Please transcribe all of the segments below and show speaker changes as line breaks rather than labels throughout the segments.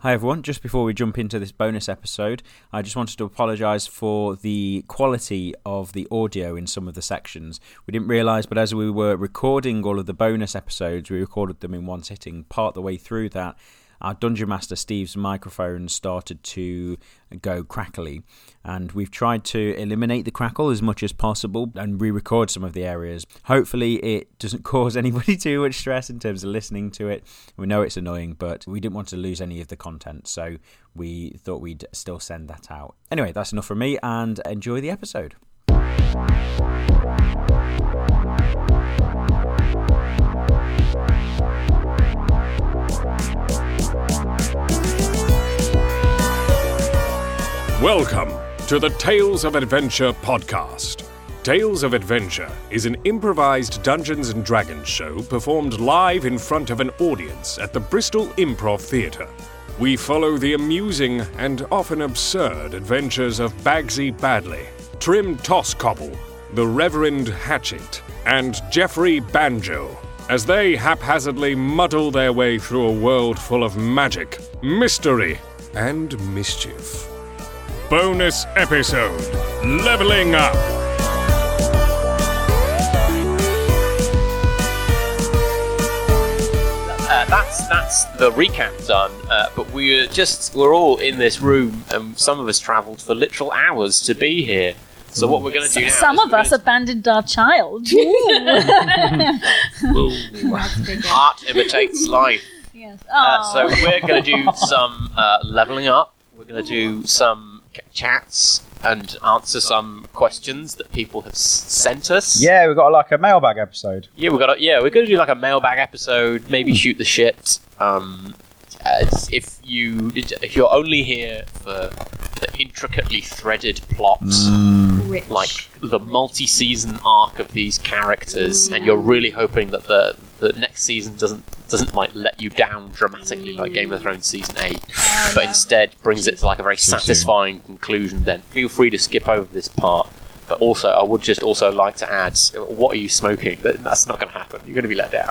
Hi, everyone. Just before we jump into this bonus episode, I just wanted to apologise for the quality of the audio in some of the sections. We didn't realise, but as we were recording all of the bonus episodes, we recorded them in one sitting. Part the way through that, our Dungeon Master Steve's microphone started to go crackly, and we've tried to eliminate the crackle as much as possible and re record some of the areas. Hopefully, it doesn't cause anybody too much stress in terms of listening to it. We know it's annoying, but we didn't want to lose any of the content, so we thought we'd still send that out. Anyway, that's enough from me, and enjoy the episode.
Welcome to the Tales of Adventure podcast. Tales of Adventure is an improvised Dungeons and Dragons show performed live in front of an audience at the Bristol Improv Theatre. We follow the amusing and often absurd adventures of Bagsy Badley, Trim Toscobble, the Reverend Hatchet, and Jeffrey Banjo as they haphazardly muddle their way through a world full of magic, mystery, and mischief bonus episode Leveling Up.
uh, that's that's the recap done. Uh, but we were just we're all in this room, and some of us travelled for literal hours to be here. So what we're going to do? now
Some
is
of
we're
us abandoned our child.
gonna- Ooh. art imitates life.
yes. Um,
Uh,
Aw.
so we're going to do some uh, leveling up. We're going to do some c- chats and answer some questions that people have s- sent us.
Yeah, we got like a mailbag episode.
Yeah, we got. Yeah, we're gonna do like a mailbag episode. Maybe shoot the shit. Um, as if you if you're only here for the intricately threaded plot,
Rich.
like the multi-season arc of these characters, and you're really hoping that the the next season doesn't doesn't like let you down dramatically like Game of Thrones season eight, but instead brings it to like a very satisfying conclusion. Then feel free to skip over this part. But also, I would just also like to add, what are you smoking? That- That's not going to happen. You're going to be let down.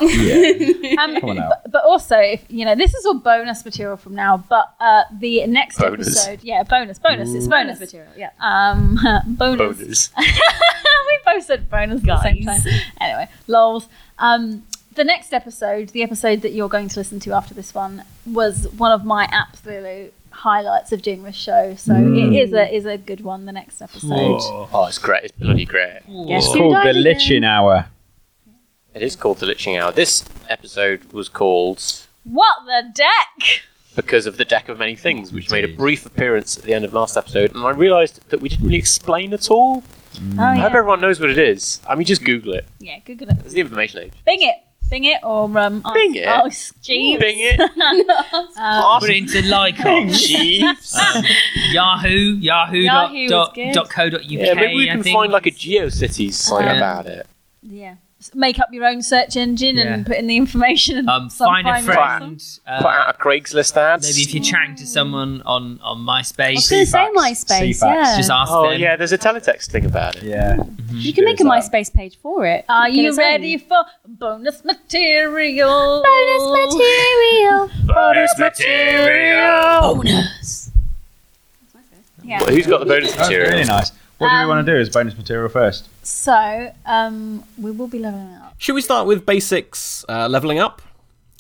Um,
Come on now.
but, but also, if you know, this is all bonus material from now. But uh, the next
Bonus.
episode, yeah, bonus, bonus, it's bonus material.
Yeah.
Um, bonus.
Bonus.
we both said bonus at the same time.
Guys.
Anyway, lols. Um, the next episode, the episode that you're going to listen to after this one, was one of my absolute highlights of doing this show. So it is a is a good one. The next episode.
Oh, it's great. It's bloody great.
Guess
It's
who
called
died
the
again?
Lichen Hour.
It is called The Litching Hour. This episode was called
What the deck?
Because of the Deck of Many Things, which made a brief appearance at the end of last episode, and I realised that we didn't really explain at all.
Oh,
I hope
yeah.
everyone knows what it is. I mean, just Google it.
yeah, Google it.
It's the information age.
Bing it. Bing it or um, ask-
Bing it?
ask Jeeves.
Bing it.
Um,
put it Uh, into Lycos.
Jeeves.
Yahoo, Yahoo,
Yahoo
dot,
was good.
dot, dot co dot uk.
yeah, maybe we
I
can
think. Um,
find like a GeoCities site
Yeah.
about it.
yeah. S- Make up your own search engine and
Yeah.
put in the information and
um,
some
find a
random-
friend. Uh,
Put out a Craigslist ad.
maybe if you're chatting to someone on on
I was
MySpace,
going to say
Seafax.
MySpace,
Seafax.
yeah.
just ask
Oh
them.
yeah, there's a teletext thing about it.
Yeah.
you can make a
There's that.
MySpace page for it.
Are
Get
you
its own.
ready for bonus material?
Bonus material.
Bonus material.
Bonus.
Yeah.
Who's got the bonus
That's
material?
really nice. What do
Um,
we want to do as bonus material first?
So, um, we will be leveling up.
Should we start with basics, uh, leveling up?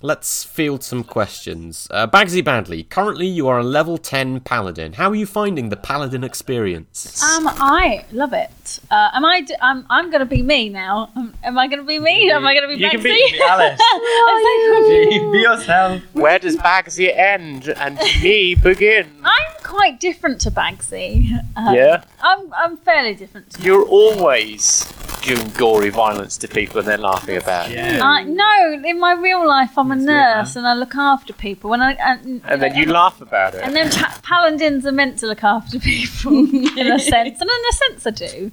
Let's field some questions. Uh, Bagsy Badley, currently you are a level 10 paladin. How are you finding the paladin experience?
Um, I love it. Uh, am I? D- I'm. I'm gonna be me now. Um, am I gonna be me? Am I gonna be
You can be-
Banksy?
Alice,
I'm so confused.
be yourself.
Where does Bagsy end and me begin?
I'm quite different to Banksy. Uh,
Yeah,
I'm. I'm fairly different. To
you're always doing gory violence to people and they're laughing about it.
Uh,
I Uh, no, in my real life, I'm a nurse and I look after people. And I and,
And then you laugh about it.
and then pa- paladins are meant to look after people in a sense, and in a sense, I do.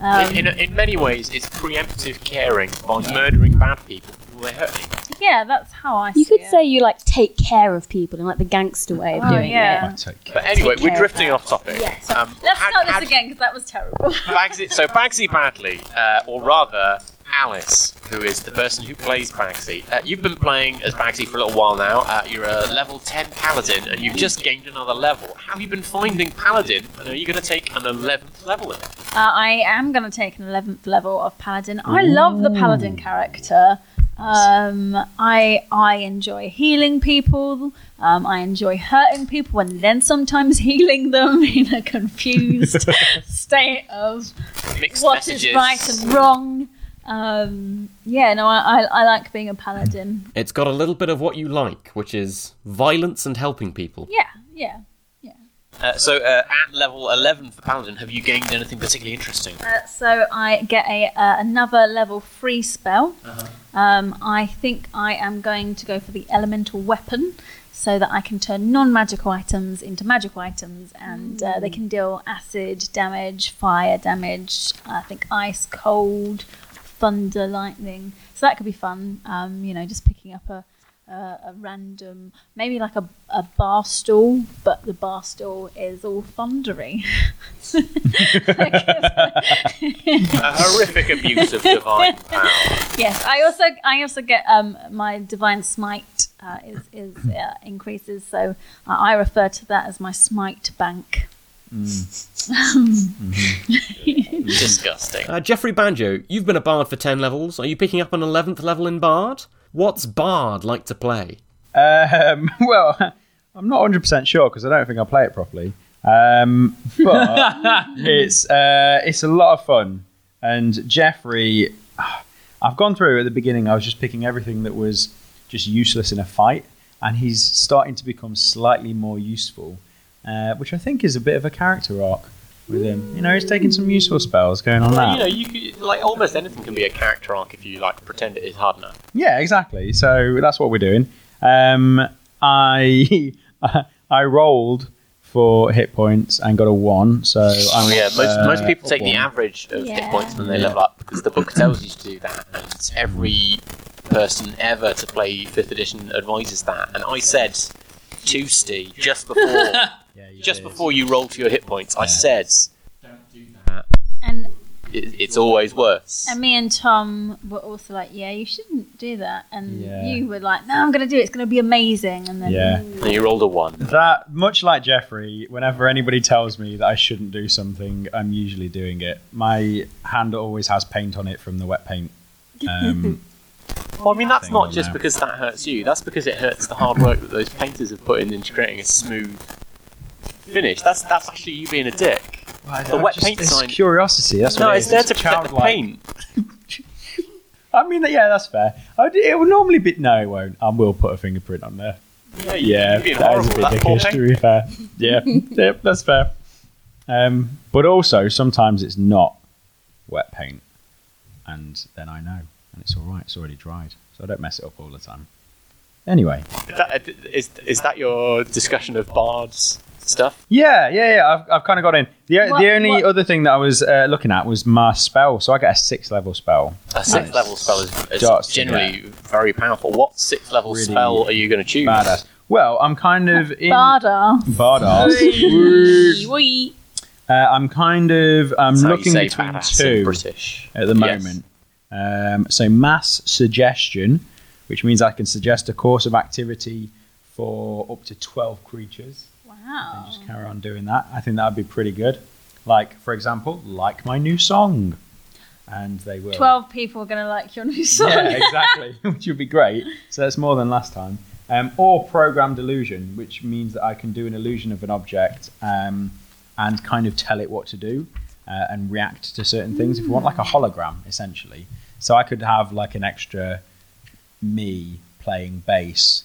Um,
in, in, in many ways, it's preemptive caring by murdering bad people. who They're hurting.
yeah, that's how I.
You
see
could
it.
say you like take care of people in like the gangster way of
Oh,
doing
yeah.
it.
But anyway,
Take care
we're
of
drifting
that.
off topic.
Yes.
Um,
Let's
how-
start
how-
this again because that was terrible.
Bagsy, so Bagsy Badley, uh, or rather Alice, who is the person who plays Bagsy. Uh, you've been playing as Bagsy for a little while now. Uh, you're a level 10 paladin, and you've just gained another level. How have you been finding paladin, and are you going to take an 11th level in it?
Uh, I am going to take an 11th level of Paladin. I love the Paladin character. Um, I I enjoy healing people. Um, I enjoy hurting people and then sometimes healing them in a confused state of
Mixed
what is
messages.
right and wrong. Um, yeah, no, I, I, I like being a paladin.
It's got a little bit of what you like, which is violence and helping people.
Yeah, yeah.
Uh, so, uh, at level 11 for Paladin, have you gained anything particularly interesting?
Uh, so I get a uh, another level three spell. Um, I think I am going to go for the elemental weapon, so that I can turn non-magical items into magical items, and uh, they can deal acid damage, fire damage. I think ice, cold, thunder, lightning. So that could be fun. Um, you know, just picking up a. Uh, a random, maybe like a, a bar stool, but the bar stool is all thundery.
A horrific abuse of divine power.
Yes, I also I also get um, my divine smite uh, is is uh, increases, so I I refer to that as my smite bank.
Disgusting.
Uh, Jeffrey Banjo, you've been a bard for 10 levels. Are you picking up an 11th level in bard? What's bard like to play?
Um, well, I'm not 100 percent sure because I don't think I play it properly. Um, but it's uh, it's a lot of fun. And Jeffrey, I've gone through at the beginning. I was just picking everything that was just useless in a fight, and he's starting to become slightly more useful, uh, which I think is a bit of a character arc with him. You know, he's taking some useful spells going on
Well, you know,
that.
you could, like almost anything can be a character arc if you like pretend it is hard enough.
Yeah, exactly. So that's what we're doing. Um, I I rolled for hit points and got a one. So I'm
yeah, most,
uh,
most people take the
one.
average of hit
Yeah.
points when they
Yeah.
level up because the book tells you to do that, and it's every person ever to play fifth edition advises that. And I said to Steve just before
Yeah, you
just
did.
before you rolled for your hit points, I said
And
it, it's always worse.
and me and Tom were also like, yeah, you shouldn't do that, and
Yeah.
you were like, no, I'm going to do it. It's going to be amazing, and then
Yeah.
And you rolled a one.
That much like Jeffrey, whenever anybody tells me that I shouldn't do something, I'm usually doing it. My hand always has paint on it from the wet paint. Um,
Well, I mean, that's
Thing
not
on
just
there.
because that hurts you. That's because it hurts the hard work that those painters have put in into creating a smooth finish. That's that's actually you being a dick. The wet paint
it's
sign-
curiosity. That's
No,
what it
it's
is.
there to protect the
childlike.
paint.
I mean, yeah, that's fair. I would- it will normally be no, it won't. I will put a fingerprint on there.
Yeah, you-
Yeah,
you're being
that is a
horrible.
bit
That poor
dickish, to
paint.
be fair. Yeah, yep, that's fair. Um, but also, sometimes it's not wet paint, and then I know, and it's all right. It's already dried, so I don't mess it up all the time. Anyway,
That, is, is that your discussion of bards stuff?
yeah, yeah, yeah. I've, I've kind of got in. The, o-
What-
the only
what-
other thing that I was uh, looking at was my spell. So I get a six level spell.
A sixth level spell is, is
Darts,
generally very powerful. What sixth level
Really
spell are you going to choose?
Badass. Well, I'm kind of in
Barda.
Bardas. Uh, I'm kind of I'm
That's how you
looking
say
between
badass in
two.
British.
at the
Yes.
moment. Um, so mass suggestion, which means I can suggest a course of activity for up to twelve creatures.
Wow.
Just carry on doing that. I think that would be pretty good. Like for example, like my new song, and they will.
Twelve people are going to like your new song.
Yeah, exactly, which would be great. So that's more than last time. Um, or programmed illusion, which means that I can do an illusion of an object um, and kind of tell it what to do uh, and react to certain things if you want, like a hologram, essentially. So I could have like an extra me playing bass.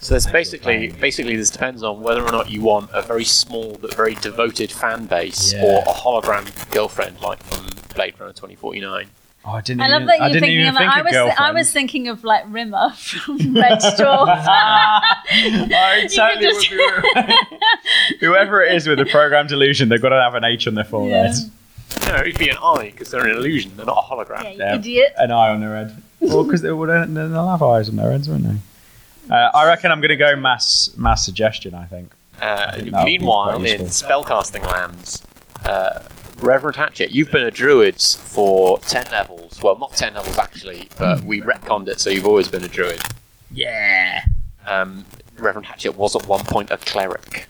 So there's basically, basically, this depends on whether or not you want a very small but very devoted fan base
Yeah.
or a hologram girlfriend like from Blade Runner 2049.
Oh, I didn't.
I love
even,
that
I
you're
didn't
thinking
even
of.
think
I was
Girlfriend.
I was thinking of like Rimmer from Red Dwarf.
I totally
just-
would be right. Whoever it is with a programmed illusion, they've got to have an H on their forehead,
No, it'd be an eye because they're an illusion. They're not a hologram.
yeah, you
Yeah.
idiot.
an eye on their head. Well, because they would uh, they'll have eyes on their heads, won't they? Uh, I reckon I'm going to go mass mass suggestion. I think.
Uh,
think that would be
meanwhile,
quite
in
useful.
spellcasting lands, uh, Reverend Hatchet, you've been a druid for 10 levels. Well, not 10 levels actually, but we retconned it, so you've always been a druid.
Yeah.
Um, Reverend Hatchet was at one point a cleric.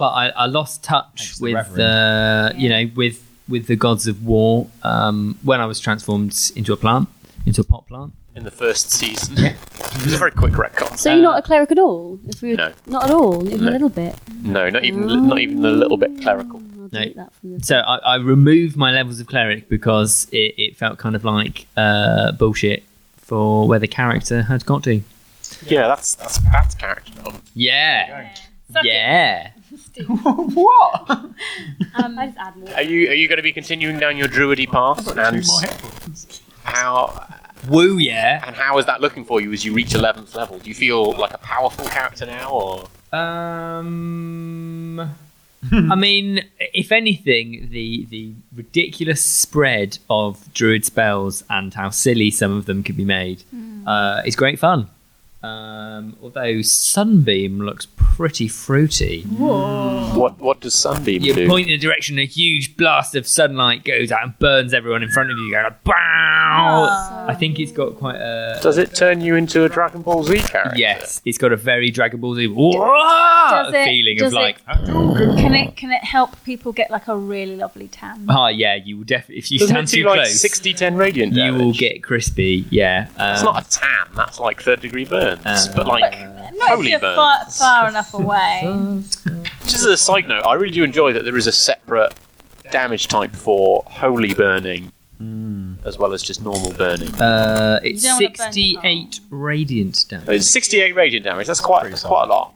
But I, I lost touch
Thanks, the
with
Reverend.
uh, you know with with the gods of war um, when I was transformed into a plant, into a pot plant.
In the first season. it was a very quick retcon.
So you're not a cleric at all? If we were,
No.
Not at all, even
No.
a little bit.
No, not even not even a little bit clerical.
I'll delete that from the
So I, I removed my levels of cleric because it, it felt kind of like uh, bullshit for where the character had got to.
Yeah, that's that's that's character development.
Yeah.
Suck it,
Yeah.
Steve.
what?
Um,
I just add more.
Are you are you going to be continuing down your druidy path? And how
Woo yeah.
and how is that looking for you as you reach eleventh level? Do you feel like a powerful character now, or
Um, I mean, if anything, the the ridiculous spread of druid spells and how silly some of them can be made
Hmm.
uh, is great fun. Um, although sunbeam looks pretty fruity.
what? What does Sunbeam
You
do?
point in a direction, a huge blast of sunlight goes out and burns everyone in front of you. Going, "Bow!" I think it's got quite a.
does it turn you into a Dragon Ball Z character?
Yes, it's got a very Dragon Ball Z "Wah!"
Does it-
feeling
does
of
it-
like,
can it can
Oh.
it help people get like a really lovely tan?
ah, yeah, you will definitely if you
Doesn't
stand
it do
too
like
close,
60 10 radiant
you
damage?
will get crispy. Yeah, um,
It's not a tan. That's like third degree burns,
Uh,
but like
Not if
holy
you're
burns.
far, far enough away.
Just as a side note, I really do enjoy that there is a separate damage type for holy burning,
Hmm.
as well as just normal burning.
Uh, it's
don't wanna burn your heart.
sixty-eight radiant damage.
It's 68 radiant damage. That's quite that's quite a lot.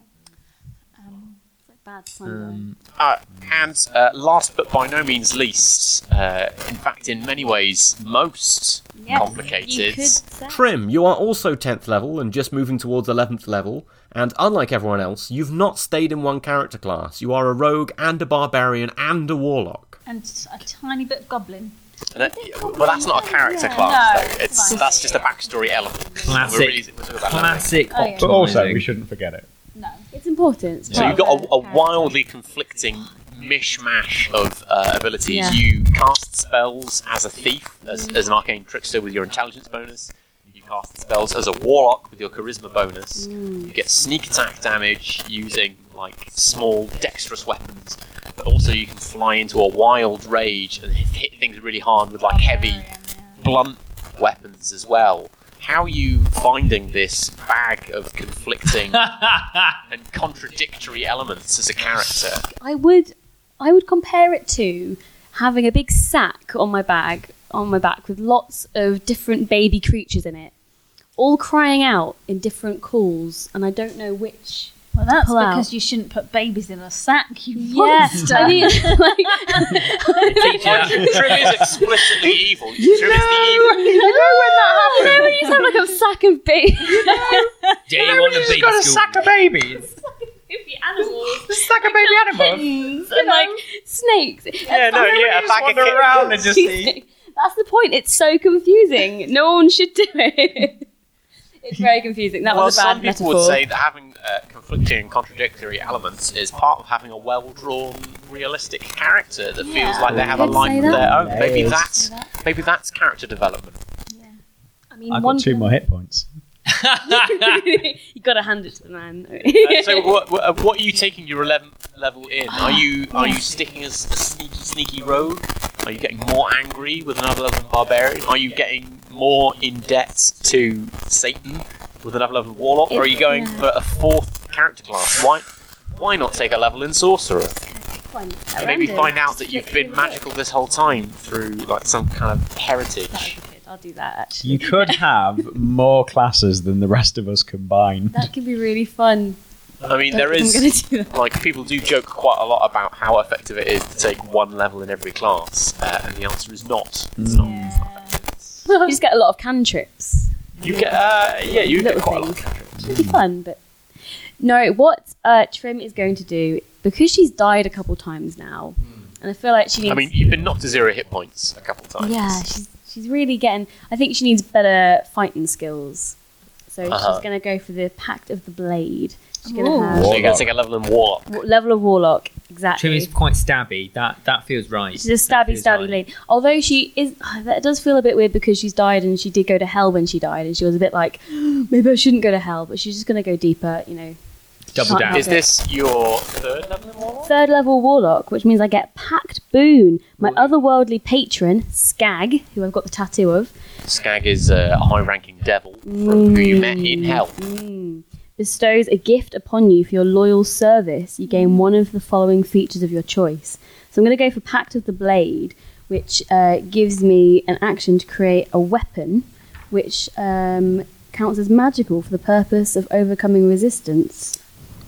Bad sunburn.
Uh, and uh, last but by no means least, uh, in fact, in many ways, most
Yes,
You
complicated.
could say-
Trim, you are also 10th level and just moving towards 11th level, and unlike everyone else, you've not stayed in one character class. You are a rogue and a barbarian and a warlock.
And just a tiny bit of goblin.
And that- well, that's not a character class.
No,
though.
it's
It's
fine.
that's just a backstory element.
Classic.
We're really- we're talking about that.
Classic.
Oh, yeah.
But also,
optimising.
we shouldn't forget it.
No.
It's important. It's
So
part
you've got
of
a, a
the
wildly conflicting mishmash of uh, abilities.
Yeah.
You cast spells as a thief, as, as an arcane trickster with your intelligence bonus. You cast spells as a warlock with your charisma bonus. You get sneak attack damage using like small dexterous weapons. But also you can fly into a wild rage and hit hit things really hard with like heavy blunt weapons as well. How are you finding this bag of conflicting and contradictory elements as a character?
I would I would compare it to having a big sack on my bag on my back with lots of different baby creatures in it, all crying out in different calls, and I don't know which.
Well, that's
Pull out.
because you shouldn't put babies in a sack, you
Yeah,
monster.
I mean, like,
Trim is explicitly evil. Trim is the evil.
I know when you have like a sack of baby
Do you want to be
got
in
a
school?
sack of babies.
animals,
Sack of baby animals.
kittens, and like snakes. Yeah,
no, yeah, a bag of
Wander
kittens.
around and just see.
That's the point. It's so confusing. No one should do it. It's very confusing. That
Well,
was a bad
some people
metaphor.
would say that having uh, conflicting and contradictory elements is part of having a well-drawn, realistic character that feels like they have a
Could say
life of
that.
their own. Maybe
Yes.
that's maybe that's character development.
I mean,
I've
one
got two more hit points.
you got to hand it to the man.
Uh, so what, what, uh, what are you taking your 11th level in? Are you are you sticking as a sneaky sneaky rogue? Are you getting more angry with another level of barbarian? Are you getting more in debt to Satan with another level of warlock? Or are you going for a fourth character class? Why why not take a level in sorcerer? And maybe find out that you've been magical this whole time through like some kind of heritage.
I'll do that. Actually.
You could have more classes than the rest of us combined.
That could be really fun.
I mean, there is
I'm gonna do that.
like people do joke quite a lot about how effective it is to take one level in every class, uh, and the answer is not. It's not.
You just get a lot of cantrips.
You get, uh, yeah, you get
Little
quite a lot.
things. It'd be fun, but no. What uh, Trim is going to do because she's died a couple times now, and I feel like she needs.
I mean, you've been knocked to zero hit points a couple times.
yeah, she's she's really getting. I think she needs better fighting skills. So
Uh-huh.
she's going to go for the Pact of the Blade. She's going
Ooh.
to have
So you're gonna take a level in warlock.
wa- level of warlock Exactly.
Trini's quite stabby. That that feels right.
She's a
That
stabby,
feels
stabby
right.
lady. Although she is, that does feel a bit weird because she's died and she did go to hell when she died, and she was a bit like, maybe I shouldn't go to hell, but she's just going to go deeper, you know.
Double
Can't
down.
help
Is
it.
this your third level in Warlock?
third level warlock, which means I get Pact Boon, my otherworldly patron Skag, who I've got the tattoo of.
Skag is a high-ranking devil from who you met in
Mm.
Hell.
bestows a gift upon you for your loyal service, you gain one of the following features of your choice. So I'm going to go for Pact of the Blade, which uh, gives me an action to create a weapon, which um, counts as magical for the purpose of overcoming resistance,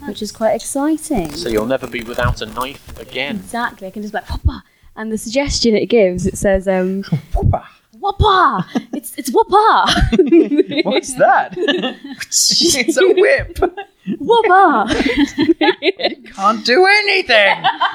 which is quite exciting.
So you'll never be without a knife again.
Exactly. I can just be like whopper, and the suggestion it gives, it says um, whopper, whopper. It's it's whopper,
What's that? it's a whip.
whopper.
Can't do anything.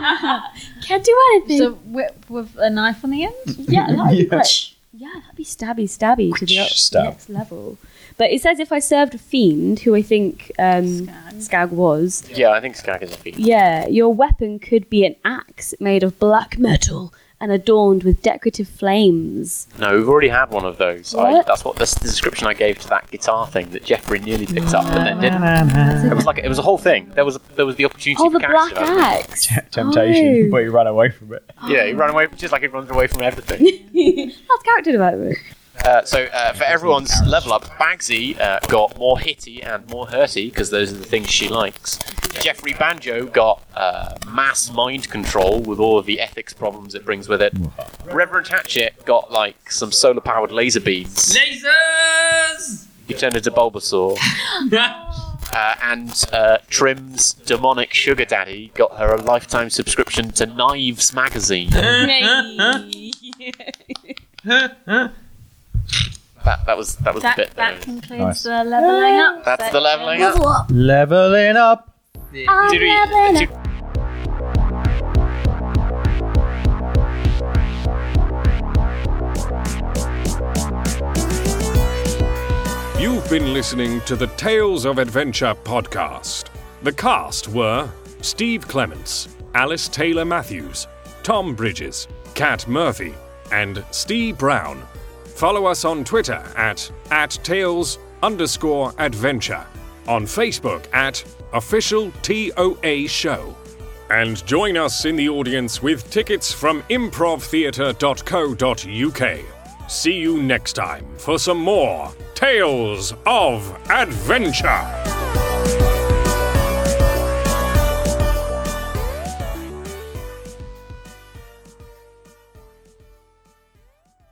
Can't do anything.
Just a whip with a knife on the end.
yeah, that'd be
Yeah.
quite, yeah, that'd be stabby, stabby to the up-
Stab.
next level. But it says if I served a fiend, who I think um, Skag. was,
Yeah, I think Skag is a fiend.
yeah, your weapon could be an axe made of black metal and adorned with decorative flames.
No, we've already had one of those. I,
What?
that's what that's the description I gave to that guitar thing that Jeffrey nearly picked up and then didn't. It was like it was a whole thing. There was there was the opportunity
Oh,
for
the
character
black
development.
axe.
Temptation,
Oh.
but you ran away from it.
Yeah, he ran away just like he runs away from everything.
That's character development.
uh, so uh, for everyone's level up, Bagsy uh, got more hitty and more hurty because those are the things she likes. Jeffrey Banjo got uh, mass mind control with all of the ethics problems it brings with it. Reverend Hatchet got like some solar powered laser beams.
Lasers.
He turned into Bulbasaur. Uh, and uh, Trim's demonic sugar daddy got her a lifetime subscription to Knives magazine. That, that was that was the bit.
That, that
That
Nice.
concludes
uh,
the leveling up.
That's the
section.
leveling up.
Leveling up.
Did we- did-
You've been listening to the Tales of Adventure podcast. The cast were Steve Clements, Alice Taylor Matthews, Tom Bridges, Kat Murphy, and Steve Brown. Follow us on Twitter at, at Tales underscore adventure, on Facebook at Official TOA Show. And join us in the audience with tickets from improvtheatre.co.uk. See you next time for some more Tales of Adventure.